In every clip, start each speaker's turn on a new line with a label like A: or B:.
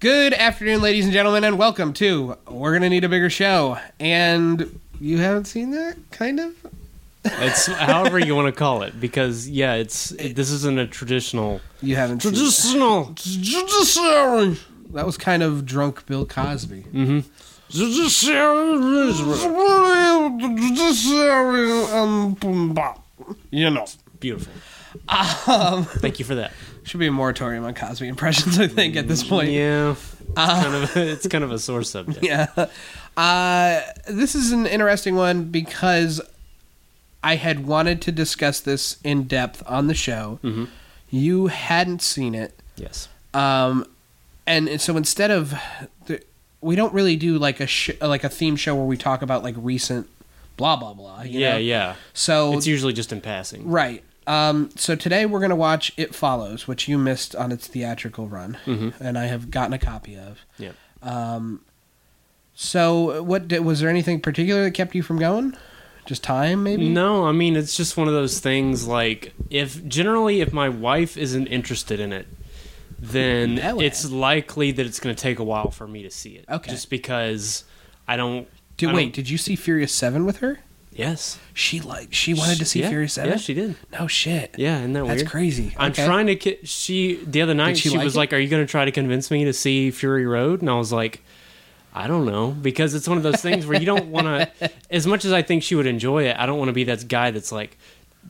A: Good afternoon, ladies and gentlemen, and welcome to We're Gonna Need a Bigger Show. And you haven't seen that, kind of?
B: It's however you want to call it because yeah, it's it, this isn't a traditional
A: You haven't seen
B: traditional
A: Judiciary. That was kind of drunk Bill Cosby. Um, You know.
B: beautiful. Thank you for that.
A: Um, Should be a moratorium on Cosby impressions, I think, at this point. Uh,
B: Yeah, it's, kind of it's kind of a sore subject.
A: yeah. Uh, this is an interesting one because I had wanted to discuss this in depth on the show. You hadn't seen it.
B: Yes.
A: Um, and so instead of the, we don't really do like a sh- like a theme show where we talk about like recent blah blah blah. you
B: yeah,
A: know?
B: yeah.
A: So
B: It's usually just in passing.
A: right. Um, so today we're gonna watch It Follows, which you missed on its theatrical run, and I have gotten a copy of.
B: Mm-hmm.
A: Um,
B: Yeah.
A: So what did, was there anything particular that kept you from going? Just time, maybe.
B: No, I mean it's just one of those things. Like if generally if my wife isn't interested in it, then
A: That way.
B: it's likely that it's going to take a while for me to see it.
A: Okay.
B: Just because I don't.
A: Did,
B: I
A: wait,
B: don't-
A: did you see Furious Seven with her?
B: Yes.
A: She like she wanted to see
B: Yeah,
A: Furious Seven.
B: Yeah, she did.
A: No shit.
B: Yeah, isn't that
A: That's
B: weird?
A: crazy.
B: I'm
A: Okay.
B: trying to. ki- She the other night
A: Did she
B: she,
A: like
B: was
A: it?
B: like, "Are you going to try to convince me to see Fury Road?" And I was like, "I don't know," because it's one of those things where you don't want to. as much as I think she would enjoy it, I don't want to be that guy that's like,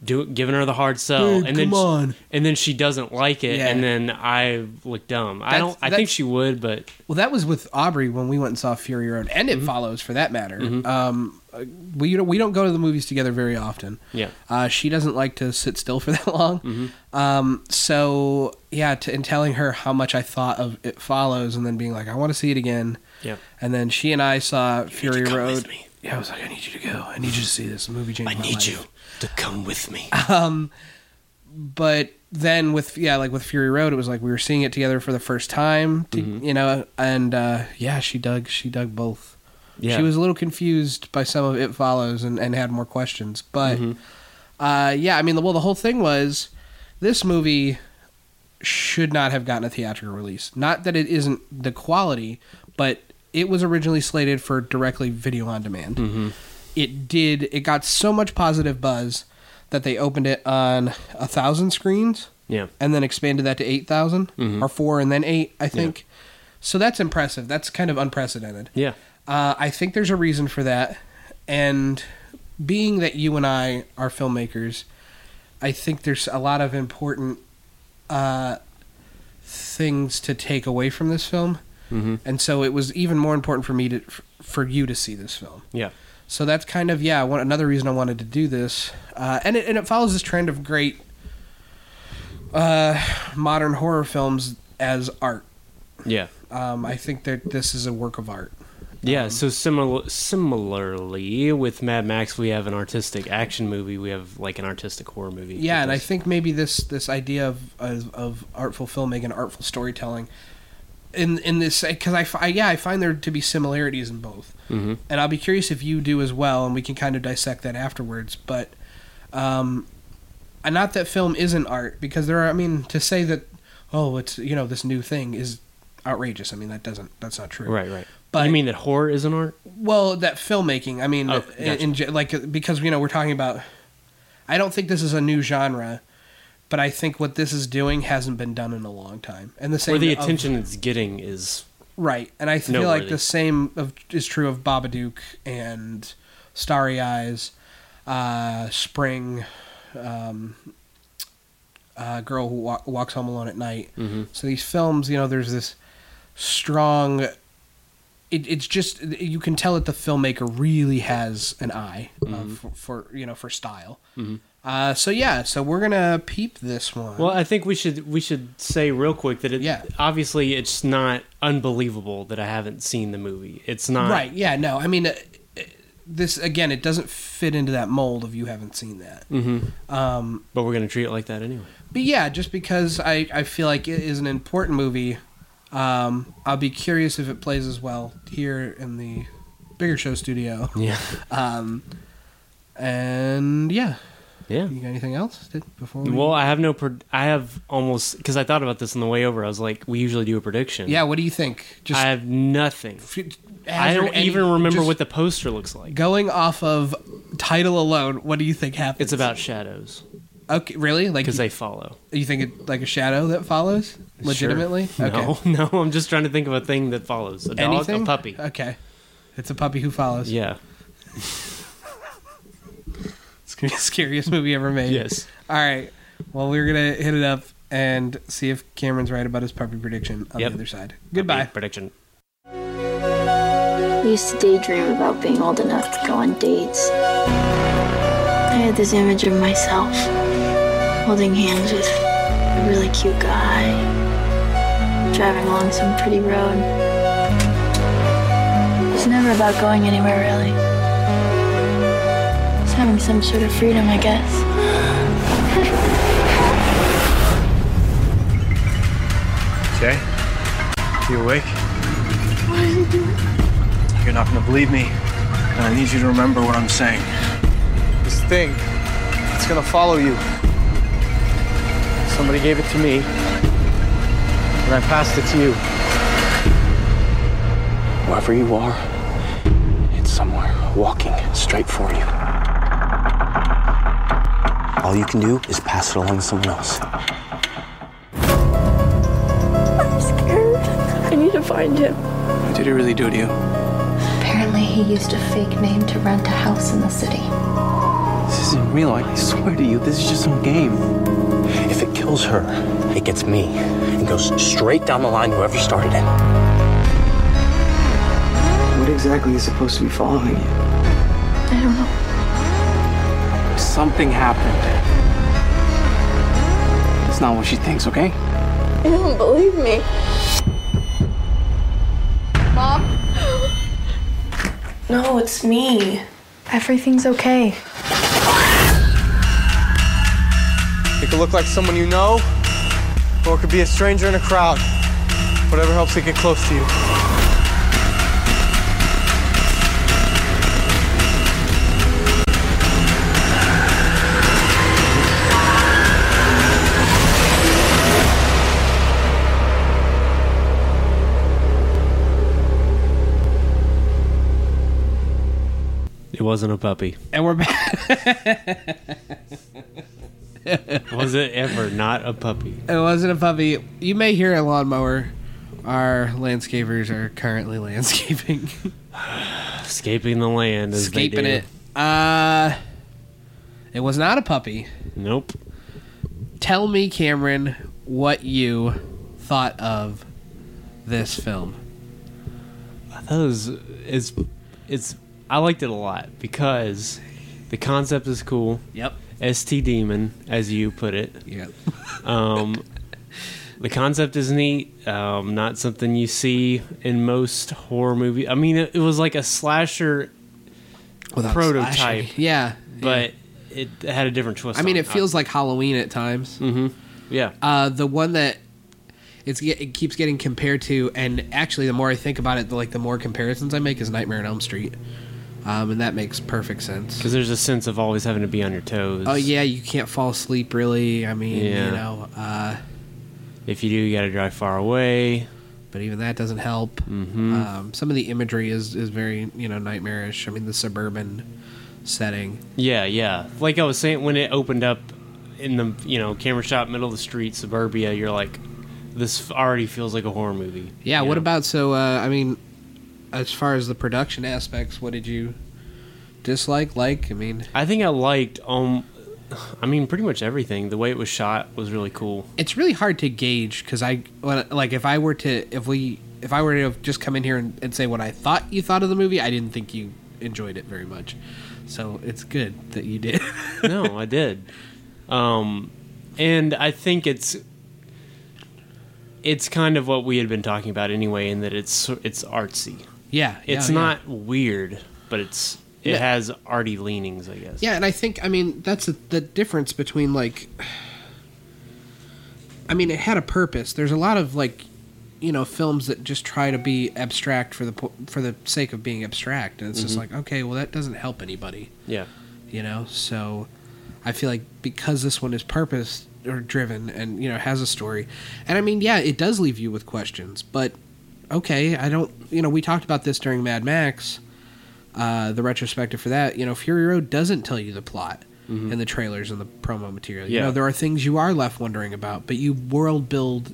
B: do giving her the hard sell,
A: Dude,
B: and then
A: come
B: she-
A: on.
B: and then she doesn't like it,
A: Yeah.
B: and then I look dumb. I
A: That's-
B: don't. I think
A: that's-
B: she would, but
A: Well, that was with Aubrey when we went and saw Fury Road, and
B: Mm-hmm.
A: it follows for that matter. Um, uh, we you know, we don't go to the movies together very often.
B: Yeah.
A: uh, she doesn't like to sit still for that long.
B: Mm-hmm.
A: Um, so yeah, to, and telling her how much I thought of it follows, and then being like, I want to see it again.
B: Yeah.
A: and then she and I saw Fury
B: come
A: Road.
B: with me.
A: Yeah, I was like, I need you to go. I need you to see this The movie. Changed
B: I
A: my
B: need
A: life."
B: you to come with me.
A: but then with yeah like with fury road it was like we were seeing it together for the first time to,
B: Mm-hmm.
A: you know and uh yeah she dug she dug both
B: Yeah.
A: she was a little confused by some of it follows and, and had more questions but uh yeah i mean well the whole thing was this movie should not have gotten a theatrical release not that it isn't the quality but it was originally slated for directly video on demand it did it got so much positive buzz that they opened it on a thousand screens
B: Yeah.
A: and then expanded that to 8000 or four and then eight i think so that's impressive that's kind of unprecedented
B: Yeah.
A: uh, i think there's a reason for that and being that you and i are filmmakers i think there's a lot of important uh, things to take away from this film and so it was even more important for me to f- for you to see this film
B: Yeah.
A: so that's kind of yeah one, another reason I wanted to do this, uh, and it and it follows this trend of great uh, modern horror films as art.
B: Yeah.
A: Um, I think that this is a work of art. Um,
B: Yeah, so similar similarly with Mad Max, we have an artistic action movie. We have like an artistic horror movie.
A: Yeah, and I
B: because-
A: think maybe this this idea of of, of artful filmmaking, artful storytelling, in in this because I, fi- yeah I find there to be similarities in both, mm-hmm. and I'll be curious if you do as well, and we can kind of dissect that afterwards. But, um, and not that film isn't art because there are I mean to say that oh it's you know this new thing is outrageous. I mean that doesn't that's not true.
B: right, right.
A: But-
B: But you mean that horror is an art?
A: Well, that filmmaking. I mean,
B: Oh,
A: in,
B: gotcha.
A: in, ge- like because you know we're talking about. I don't think this is a new genre, but I think what this is doing hasn't been done in a long time, and the same
B: Or the
A: of-
B: attention it's getting is
A: right? And I feel like
B: Noteworthy.
A: the same of, is true of Babadook and Starry Eyes, uh, Spring, um, uh, Girl Who Wa- Walks Home Alone at Night.
B: Mm-hmm.
A: So these films, you know, there's this strong it, it's just you can tell that the filmmaker really has an eye uh,
B: Mm-hmm.
A: for, for you know for style. Uh, so yeah, so we're gonna peep this one.
B: Well, I think we should we should say real quick that it
A: Uh, Yeah.
B: obviously it's not unbelievable that I haven't seen the movie. It's not
A: right? Yeah, no, I mean, uh, uh, this again, it doesn't fit into that mold of you haven't seen that. Um,
B: Mm-hmm. but we're gonna treat it like that anyway.
A: but yeah, just because I I feel like it is an important movie, um, I'll be curious if it plays as well here in the bigger show studio.
B: Yeah.
A: Um, and yeah,
B: Yeah.
A: You got anything else that- before? We...
B: Well, I have no. Pro- I have almost because I thought about this on the way over. I was like, we usually do a prediction.
A: yeah. What do you think? Just
B: I have nothing. I don't even remember what the poster looks like.
A: Going off of title alone, what do you think happens?
B: It's about shadows
A: okay, really like
B: because they follow.
A: you think it like a shadow that follows legitimately?
B: Sure. No, no. I'm just trying to think of a thing that follows. A dog,
A: Anything? Uh,
B: a puppy.
A: Okay, it's a puppy who follows.
B: Yeah.
A: It's gonna be the scariest movie ever made.
B: Yes.
A: All right. Well, we're gonna hit it up and see if Cameron's right about his puppy prediction on
B: Yep.
A: the other side. Goodbye.
B: Puppy Prediction.
C: I used to daydream about being old enough to go on dates. I had this image of myself holding hands with a really cute guy, driving along some pretty road. It's never about going anywhere, really. It's having some sort of freedom, I guess.
D: Okay? You awake? You're not gonna believe me, and I need you to remember what I'm saying. This thing, it's gonna follow you. Somebody gave it to me, and I passed it to you. Wherever you are, it's somewhere walking straight for you.
E: All you can do is pass it along to someone else.
C: I'm scared. I need to find him.
D: What did it really do to you?
F: Apparently, he used a fake name to rent a house in the city.
D: This isn't real, I swear to you, this is just some game.
E: If it kills her, it gets me and goes straight down the line to whoever started it.
D: What exactly is supposed to be following you?
C: I don't know.
D: Something happened. It's not what she thinks, okay?
C: You don't believe me.
G: No, it's me.
F: Everything's okay.
D: It could look like someone you know, or it could be a stranger in a crowd. Whatever helps it get close to you.
B: It wasn't a puppy.
A: And we're back.
B: Was it ever not a puppy?
A: It wasn't a puppy. You may hear a lawnmower. Our landscapers are currently landscaping,
B: Escaping the land. As they
A: escaping
B: do.
A: it. Uh, it was not a puppy.
B: Nope.
A: Tell me, Cameron, what you thought of this film.
B: I thought it was it's it's I liked it a lot because the concept is cool.
A: Yep.
B: ST demon, as you put it.
A: Yep.
B: Um, the concept is neat. Um, not something you see in most horror movies. I mean, it, it was like a slasher, Prototype.
A: slashing. Yeah.
B: but it had a different twist.
A: I mean,
B: on
A: it feels like Halloween at times.
B: Mm-hmm. yeah.
A: Uh, the one that it's ge- it keeps getting compared to, and actually, the more I think about it, the, like the more comparisons I make is Nightmare on Elm Street, um, and that makes perfect sense.
B: Because there's a sense of always having to be on your toes.
A: Oh yeah, you can't fall asleep really. I mean,
B: Yeah.
A: you know, uh,
B: If you do, you got to drive far away.
A: but even that doesn't help.
B: Mm-hmm.
A: Um, some of the imagery is is very you know nightmarish. I mean, the suburban setting.
B: Yeah, yeah. Like I was saying, when it opened up in the you know camera shot middle of the street suburbia, you're like, this already feels like a horror movie.
A: Yeah.
B: You
A: What
B: know?
A: about so? Uh, I mean, as far as the production aspects, what did you dislike? Like, I mean.
B: I think I liked um, I mean pretty much everything. The way it was shot was really cool.
A: it's really hard to gauge because I when, like if I were to if we if I were to have just come in here and, and say what I thought you thought of the movie, I didn't think you enjoyed it very much. So it's good that you did.
B: no, I did. Um, and I think it's it's kind of what we had been talking about anyway, in that it's it's artsy.
A: yeah,
B: It's
A: yeah, yeah.
B: not weird, but it's it
A: Yeah.
B: has arty leanings, I guess.
A: Yeah, and I think I mean that's the the difference between like. I mean, it had a purpose. There's a lot of like, you know, films that just try to be abstract for the po- for the sake of being abstract, and it's just like, okay, well, that doesn't help anybody.
B: yeah.
A: you know so I feel like because this one is purpose or driven and you know has a story, and I mean, yeah, it does leave you with questions. But okay, I don't. You know, we talked about this during Mad Max, uh, the retrospective for that. You know, Fury Road doesn't tell you the plot. in the trailers and the promo material, you
B: Yeah.
A: know there are things you are left wondering about, but you world build.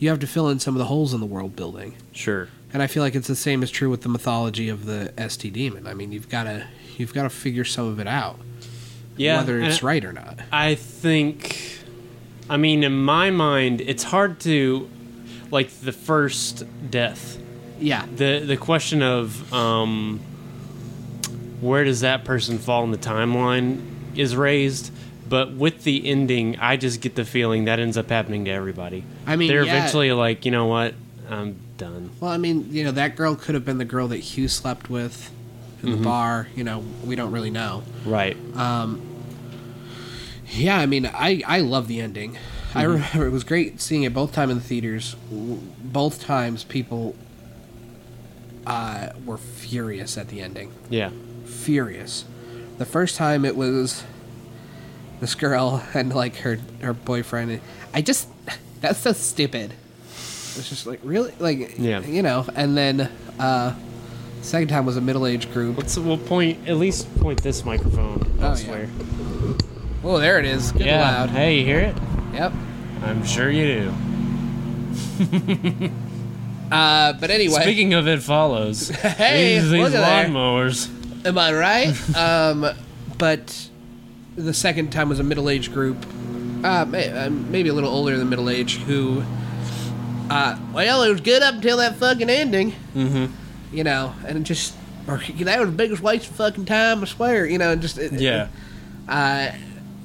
A: You have to fill in some of the holes in the world building.
B: Sure.
A: And I feel like it's the same is true with the mythology of the ST demon. I mean, you've got to you've got to figure some of it out,
B: Yeah.
A: whether
B: and
A: it's right or not.
B: I think, I mean, in my mind, it's hard to, like, the first death.
A: Yeah,
B: the the question of um, where does that person fall in the timeline is raised, but with the ending, I just get the feeling that ends up happening to everybody.
A: I mean,
B: they're
A: yeah.
B: eventually like, you know what, I'm done.
A: Well, I mean, you know, that girl could have been the girl that Hugh slept with in the bar. You know, we don't really know.
B: Right.
A: Yeah, I mean, I I love the ending. I remember it was great seeing it both time in the theaters. W- Both times, people uh, were furious at the ending.
B: yeah.
A: furious. The first time it was this girl and like her her boyfriend. and I just that's so stupid. It's just like really like
B: Yeah.
A: you know. And then uh, second time was a middle aged group.
B: Let's we'll point at least point this microphone
A: yeah.
B: elsewhere.
A: Oh, there it is. Good
B: yeah.
A: and loud.
B: Hey, you hear it?
A: Yep.
B: I'm sure you do.
A: Uh, but anyway,
B: Speaking of it follows.
A: Hey,
B: these,
A: look
B: these
A: at there.
B: lawnmowers.
A: am I right? um, but the second time was a middle aged group, uh, may, uh, maybe a little older than middle age, who, uh, well, it was good up until that fucking ending. Mm-hmm. You know, and it just, or, that was the biggest waste of fucking time, I swear. You know, and just, it,
B: Yeah.
A: Uh,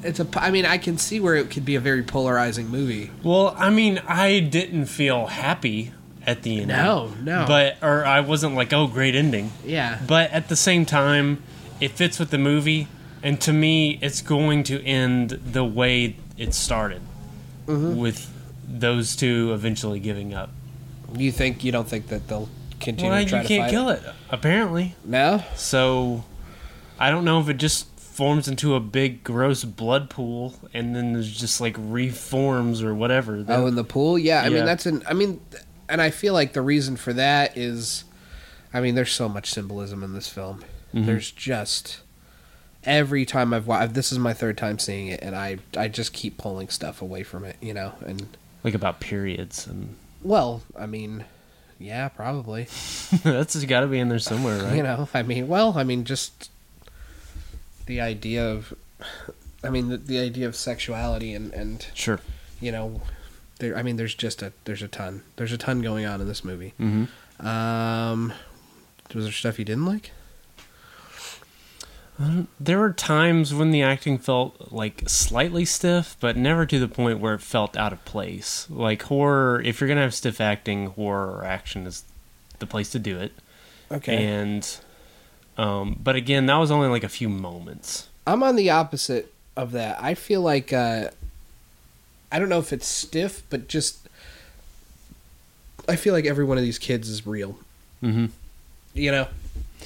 A: it's a, I mean, I can see where it could be a very polarizing movie.
B: Well, I mean, I didn't feel happy at the end.
A: No, no.
B: But or I wasn't like, oh, great ending.
A: Yeah.
B: But at the same time, it fits with the movie, and to me, it's going to end the way it started, with those two eventually giving up.
A: You think, you don't think that they'll continue
B: well,
A: to
B: you
A: try
B: can't
A: to fight
B: kill it, apparently.
A: No?
B: So, I don't know if it just forms into a big gross blood pool and then there's just like reforms or whatever.
A: Oh, in the pool? Yeah, I
B: Yeah.
A: mean that's an. I mean, th- and I feel like the reason for that is, I mean, there's so much symbolism in this film.
B: Mm-hmm.
A: There's just every time I've watched. This is my third time seeing it, and I I just keep pulling stuff away from it, you know. And
B: like about periods and
A: well, I mean, yeah, probably.
B: That's just got to be in there somewhere, right?
A: You know, I mean, well, I mean, just the idea of, I mean, the, the idea of sexuality and and
B: Sure.
A: you know, there. I mean, there's just a there's a ton there's a ton going on in this movie.
B: Mhm.
A: Um, was there stuff you didn't like?
B: There were times when the acting felt like slightly stiff, but never to the point where it felt out of place. Like horror, if you're gonna have stiff acting, horror or action is the place to do it. And, um, but again, that was only like a few moments.
A: I'm on the opposite of that. I feel like uh, I don't know if it's stiff, but just I feel like every one of these kids is real.
B: Mm-hmm.
A: You know,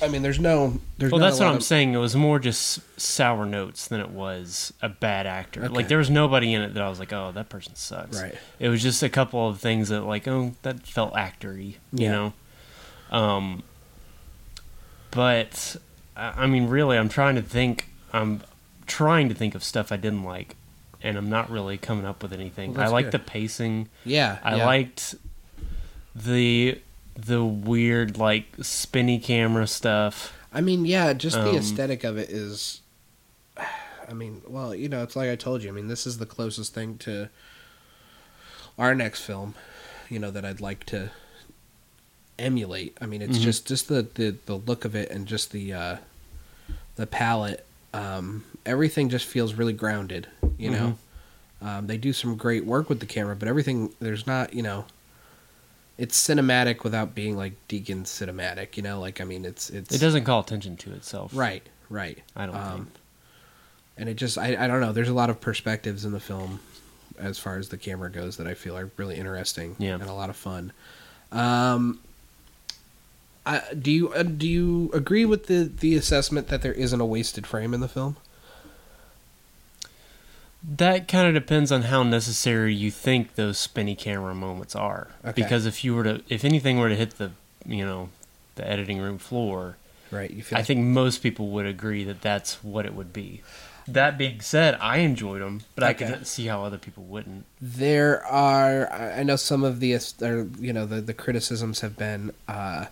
A: I mean, there's no there's.
B: Well,
A: not a
B: that's what
A: lot
B: I'm
A: of-
B: saying. It was more just sour notes than it was a bad actor.
A: Okay.
B: Like there was nobody in it that I was like, oh, that person sucks.
A: Right.
B: It was just a couple of things that like, oh, that felt actory. You
A: Yeah.
B: know. Um. But I I mean, really, I'm trying to think. I'm trying to think of stuff I didn't like, and I'm not really coming up with anything.
A: Well,
B: I
A: that's
B: like
A: good.
B: the pacing.
A: Yeah,
B: I
A: yeah.
B: liked the the weird like spinny camera stuff.
A: I mean, yeah, just the
B: Um,
A: aesthetic of it is. I mean, well, you know, it's like I told you. I mean, this is the closest thing to our next film, you know, that I'd like to emulate. I mean, it's
B: Mm-hmm.
A: just just the, the the look of it and just the uh the palette. Um, everything just feels really grounded, you
B: Mm-hmm.
A: know. Um, they do some great work with the camera, but everything there's not, you know. It's cinematic without being like Deacon cinematic, you know. Like I mean, it's it's
B: It doesn't call attention to itself.
A: Right, right. Um,
B: I don't think.
A: And it just, I, I don't know. There's a lot of perspectives in the film as far as the camera goes that I feel are really interesting
B: Yeah.
A: and a lot of fun. Um, I, do you uh, do you agree with the, the assessment that there isn't a wasted frame in the film?
B: That kind of depends on how necessary you think those spinny camera moments are.
A: Okay.
B: Because if you were to, if anything were to hit the, you know, the editing room floor,
A: Right. You feel
B: I think most people would agree that that's what it would be. That being said, I enjoyed them, but I
A: Okay.
B: could see how other people wouldn't.
A: there are i I know some of the est- or, you know the, the criticisms have been uh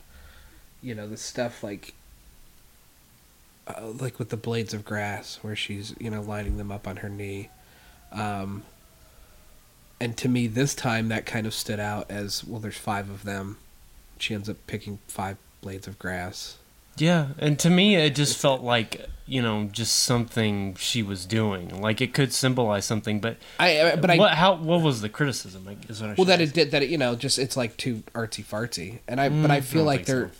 A: you know the stuff like uh, like with the blades of grass where she's you know lining them up on her knee um and to me this time that kind of stood out as well there's five of them she ends up picking five blades of grass
B: Yeah, and to me, it just felt like you know just something she was doing. Like it could symbolize something, but
A: i I- but i
B: what, how what was the criticism? Like, is what I
A: well
B: should
A: that
B: ask.
A: it did that it, you know just it's like too artsy fartsy and i but
B: Mm,
A: i
B: I
A: feel
B: don't
A: like
B: think
A: there
B: so.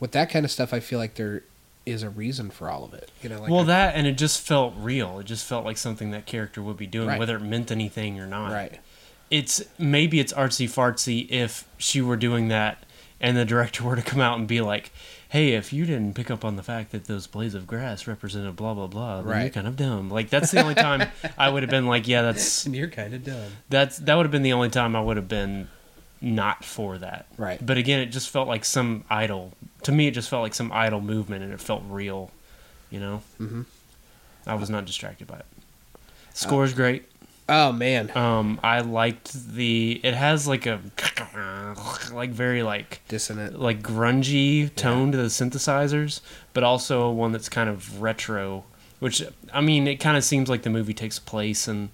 A: with that kind of stuff i feel like there is a reason for all of it you know like
B: well, that and it just felt real. It just felt like something that character would be doing,
A: Right.
B: whether it meant anything or not.
A: right
B: It's maybe it's artsy fartsy if she were doing that, and the director were to come out and be like, "Hey, if you didn't pick up on the fact that those blades of grass represented blah blah blah, then you're
A: Right.
B: kind of dumb." Like that's the only time I would have been like, "Yeah, that's
A: you're kind of dumb
B: that's that would have been the only time I would have been not for that."
A: Right.
B: But again, it just felt like some idle. To me, it just felt like some idle movement, and it felt real. You know.
A: Mhm.
B: I was not distracted by it.
A: Uh,
B: Score's great.
A: oh man
B: Um, I liked the. It has like a like very like
A: dissonant
B: like grungy tone to the synthesizers, but also one that's kind of retro. Which I mean, it kind of seems like the movie takes place in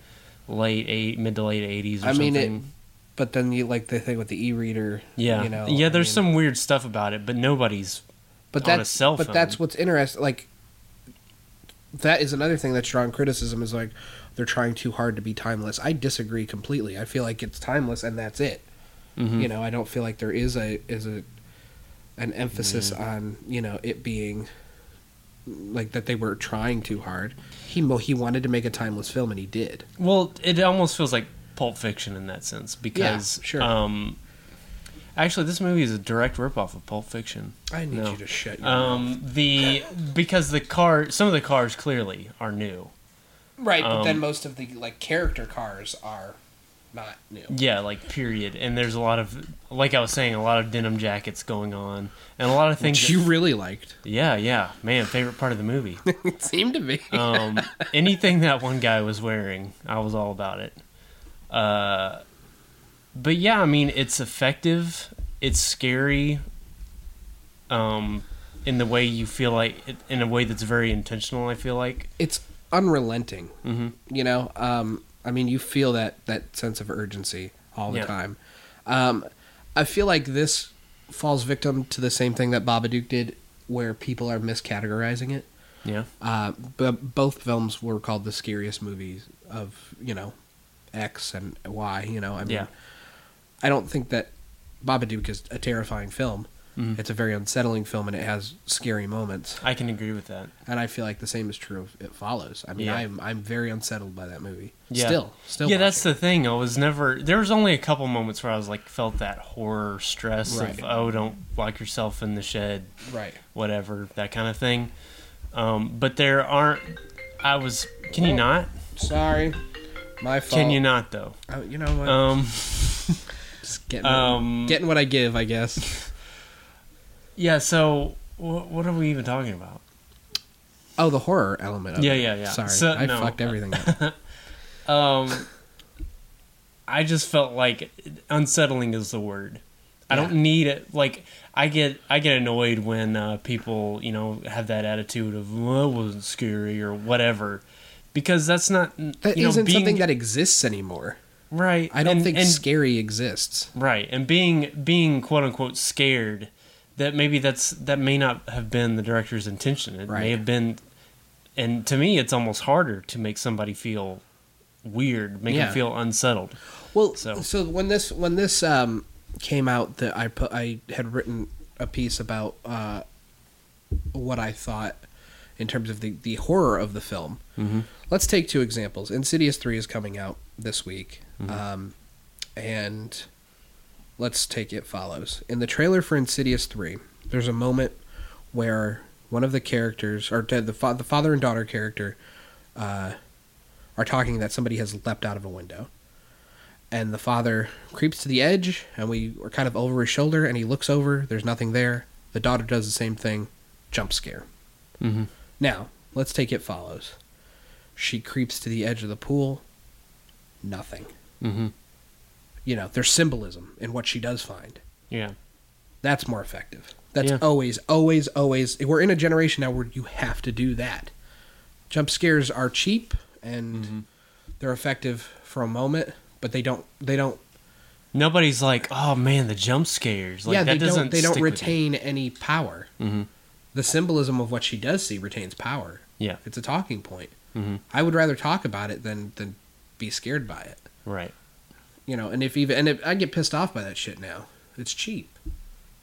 B: late eight, mid to late eighties. or
A: I mean, it-
B: something.
A: but then you like the thing with the e-reader
B: Yeah,
A: you know
B: yeah.
A: I
B: There's
A: mean,
B: some weird stuff about it, but nobody's.
A: but
B: on a
A: that's
B: cell
A: but
B: phone.
A: that's what's interesting like that is another thing that's drawn criticism is like they're trying too hard to be timeless i disagree completely i feel like it's timeless and that's it
B: Mm-hmm.
A: you know i don't feel like there is a is a an emphasis
B: Mm-hmm.
A: on you know it being like that they were trying too hard he mo- he wanted to make a timeless film and he did
B: Well, it almost feels like Pulp Fiction in that sense because,
A: sure.
B: um, actually, this movie is a direct ripoff of Pulp Fiction.
A: i need
B: No.
A: you to shut your
B: Um, the because the car, some of the cars clearly are new.
A: right but then
B: um,
A: most of the like character cars are not new
B: Yeah, like period. And there's a lot of, like I was saying, a lot of denim jackets going on, and a lot of things.
A: which you really liked
B: yeah, yeah, man, favorite part of the movie.
A: it seemed to be
B: Um, anything that one guy was wearing, I was all about it. Uh, but yeah, I mean, it's effective. It's scary. Um, in the way you feel like, in a way that's very intentional. I feel like.
A: it's unrelenting
B: Mm-hmm.
A: you know um i mean you feel that that sense of urgency all the
B: Yeah.
A: time um i feel like this falls victim to the same thing that babadook did where people are miscategorizing it
B: Yeah.
A: uh but both films were called the scariest movies of you know x and y you know i mean
B: Yeah.
A: i don't think that babadook is a terrifying film
B: Mhm.
A: it's a very unsettling film and it has scary moments
B: I can agree with that.
A: and i feel like the same is true of it follows i mean
B: Yeah.
A: i'm i'm very unsettled by that movie
B: Yeah.
A: still still
B: yeah, that's
A: watching.
B: the thing. I was never. There was only a couple moments where I was like, felt that horror stress
A: Right.
B: of, oh, don't lock yourself in the shed,
A: right
B: whatever, that kind of thing. Um, but there aren't. I was. Can you not?
A: Sorry, my fault.
B: Can you not though?
A: Oh, you know what?
B: Um,
A: Just getting,
B: um,
A: getting what I give, I guess.
B: yeah. So wh- what are we even talking about?
A: Oh, the horror element. Of
B: Yeah,
A: it.
B: yeah, yeah.
A: Sorry,
B: So,
A: I
B: no.
A: fucked everything up.
B: Um, I just felt like unsettling is the word. I don't need it. Like I get, I get annoyed when uh, people, you know, have that attitude of well, it wasn't scary or whatever, because that's not
A: That
B: you know,
A: not
B: being,
A: something that exists anymore.
B: right.
A: I don't
B: and-
A: think
B: and
A: scary exists.
B: Right, and being being quote unquote scared that maybe that's that may not have been the director's intention. It
A: Right.
B: may have been, and to me, it's almost harder to make somebody feel weird, make
A: Yeah.
B: them feel unsettled.
A: Well, so,
B: So-
A: when this when this um, came out, that I put I had written a piece about uh, what I thought in terms of the the horror of the film. Mm-hmm. Let's take two examples. Insidious three is coming out this week, um, and let's take it follows. In the trailer for Insidious three, there's a moment where one of the characters, or the the, fa- the father and daughter character, uh, are talking that somebody has leapt out of a window. And the father creeps to the edge, and we are kind of over his shoulder, and he looks over. There's nothing there. The daughter does the same thing. Jump scare.
B: Mm-hmm.
A: Now, let's take it follows. She creeps to the edge of the pool. Nothing.
B: Mm-hmm.
A: You know, there's symbolism in what she does find.
B: Yeah.
A: That's more effective. That's
B: Yeah.
A: always, always, always. We're in a generation now where you have to do that. Jump scares are cheap and
B: Mm-hmm.
A: they're effective for a moment, but they don't. They don't.
B: Nobody's like, oh man, the jump scares. Like,
A: yeah, they
B: that doesn't.
A: don't. They don't
B: stick with you.
A: retain any power.
B: Mhm.
A: The symbolism of what she does see retains power.
B: Yeah.
A: It's a talking point.
B: Mhm.
A: I would rather talk about it than than be scared by it.
B: Right.
A: You know, and if even and if, I get pissed off by that shit now. It's cheap.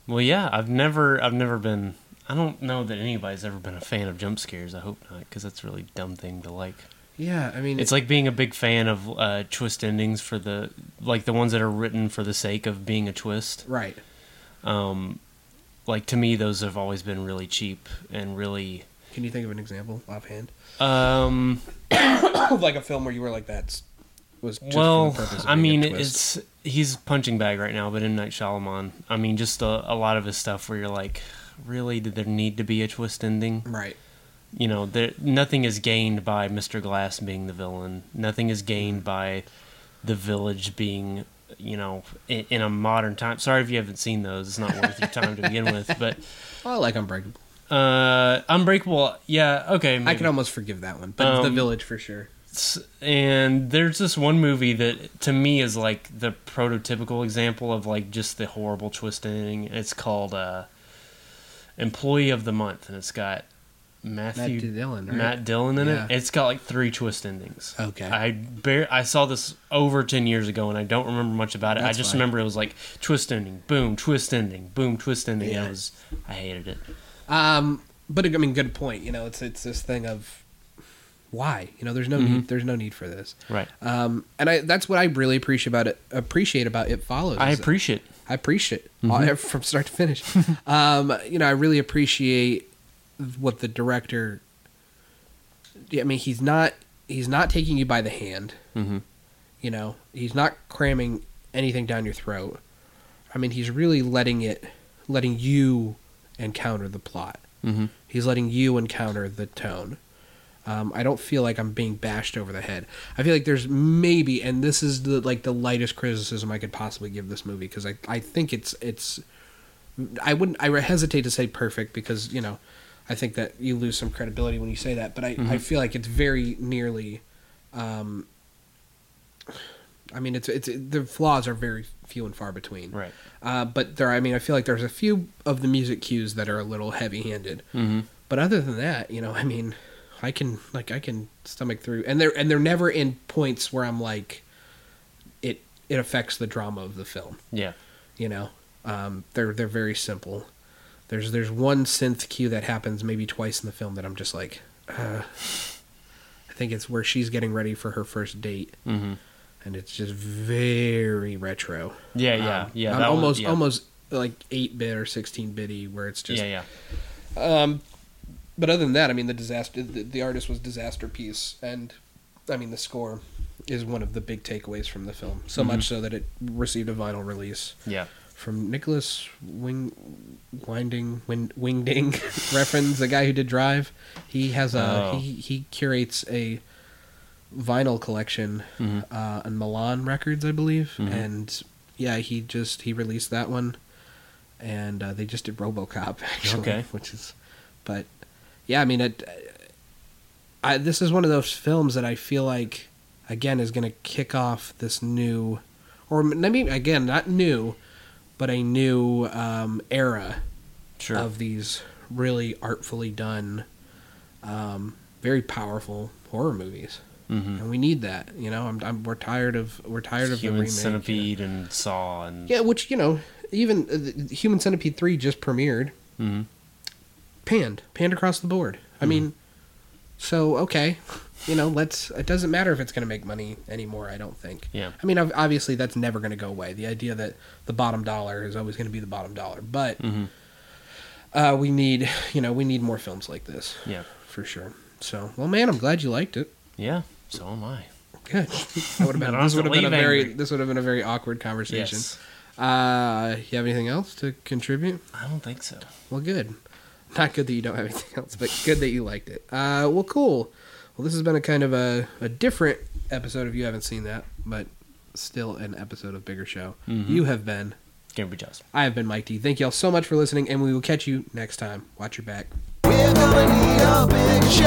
B: Well, yeah, I've never, I've never been. I don't know that anybody's ever been a fan of jump scares. I hope not, because that's a really dumb thing to like.
A: Yeah, I mean,
B: It's like being a big fan of uh, twist endings for the, like the ones that are written for the sake of being a twist.
A: right.
B: Um, like to me, those have always been really cheap and really.
A: Can you think of an example offhand?
B: Um,
A: like a film where you were like that was just
B: well,
A: for the purpose of
B: I
A: being
B: mean,
A: a twist.
B: it's he's punching bag right now, but in Night Shyamalan, I mean, just a, a lot of his stuff where you're like, really, did there need to be a twist ending?
A: right.
B: you know, there, nothing is gained by Mr. Glass being the villain. Nothing is
A: Mm-hmm.
B: gained by the village being, you know, in, in a modern time. Sorry if you haven't seen those; it's not worth your time to begin with. But
A: I like Unbreakable.
B: uh, Unbreakable, yeah, okay.
A: I can
B: maybe.
A: almost forgive that one, but The
B: Um,
A: Village for sure.
B: and there's this one movie that to me is like the prototypical example of like just the horrible twist ending. It's called uh, Employee of the Month, and it's got Matthew
A: Dillon, right?
B: Matt Dillon in
A: Yeah.
B: it. It's got like three twist endings.
A: Okay.
B: I bar- I saw this over ten years ago, and I don't remember much about it.
A: That's
B: I just
A: fine.
B: remember it was like twist ending, boom, twist ending, boom, twist ending. and
A: Yeah.
B: I was I hated it.
A: Um, but I mean, good point. You know, it's it's this thing of why. You know, there's no need. There's no need for this.
B: Right.
A: Um, and I that's what I really appreciate about it. Appreciate about it follows.
B: I
A: is that-
B: appreciate.
A: I uh, appreciate all- from start to finish. um, you know, I really appreciate what the director. I mean, he's not he's not taking you by the hand.
B: Mhm.
A: You know, he's not cramming anything down your throat. I mean, he's really letting it, letting you encounter the plot.
B: Mhm.
A: He's letting you encounter the tone. Um, I don't feel like I'm being bashed over the head. I feel like there's maybe, and this is the like the lightest criticism I could possibly give this movie because I I think it's it's I wouldn't I hesitate to say perfect because you know I think that you lose some credibility when you say that, but I I feel like it's very nearly. Um, I mean, it's it's the flaws are very few and far between.
B: Right.
A: Uh, but there, I mean, I feel like there's a few of the music cues that are a little heavy-handed.
B: Mm-hmm.
A: But other than that, you know, I mean, I can like I can stomach through, and they're and they're never in points where I'm like, it it affects the drama of the film.
B: Yeah.
A: You know, um, they're they're very simple. There's there's one synth cue that happens maybe twice in the film that I'm just like, uh, I think it's where she's getting ready for her first date,
B: Mm-hmm.
A: and it's just very retro.
B: Yeah. Yeah.
A: Um,
B: yeah.
A: I'm
B: that one-
A: almost
B: yeah.
A: almost like eight bit or sixteen bitty where it's just
B: yeah. Yeah.
A: um, but other than that, I mean, the disaster, the, the artist was disaster piece, and I mean, the score is one of the big takeaways from the film.
B: Mm-hmm.
A: So much so that it received a vinyl release
B: Yeah.
A: from Nicholas Wing, Winding, Win, Wingding, reference the guy who did Drive. He has a
B: Oh.
A: he he curates a vinyl collection
B: Mhm.
A: uh, on Milan Records, I believe,
B: Mhm.
A: and yeah, he just he released that one, and uh, they just did RoboCop actually,
B: Okay.
A: which is, but yeah, I mean it. I this is one of those films that I feel like again is going to kick off this new, or m- I mean again not new, but a new um, era
B: Sure.
A: of these really artfully done, um, very powerful horror movies,
B: mm-hmm.
A: and we need that. You know, I'm, I'm we're tired of we're tired of the
B: Human
A: remake.
B: centipede and saw and
A: Yeah, which you know, even uh, the- Human Centipede three just premiered,
B: Mhm.
A: panned, panned across the board.
B: Hmm.
A: I mean, so okay, you know, let's. It doesn't matter if it's going to make money anymore. I don't think.
B: Yeah.
A: I mean, ob- obviously that's never going to go away. The idea that the bottom dollar is always going to be the bottom dollar, but
B: Mhm.
A: uh, we need, you know, we need more films like this
B: yeah.
A: for sure. So, well, man, I'm glad you liked it.
B: Yeah. So am I.
A: Good. That would have been,
B: I don't
A: this
B: have
A: would have been a
B: to leave
A: very
B: angry.
A: this would have been a very awkward conversation.
B: Yes.
A: Uh, you have anything else to contribute?
B: I don't think so.
A: Well, good. Not good that you don't have anything else, but good that you liked it. Uh, well, cool. Well, this has been a kind of a, a different episode if you haven't seen that, but still an episode of Bigger Show. You have been.
B: Cambridge House.
A: I have been Mike D. Thank y'all so much for listening, and we will catch you next time. Watch your back.
H: We're gonna need a big show.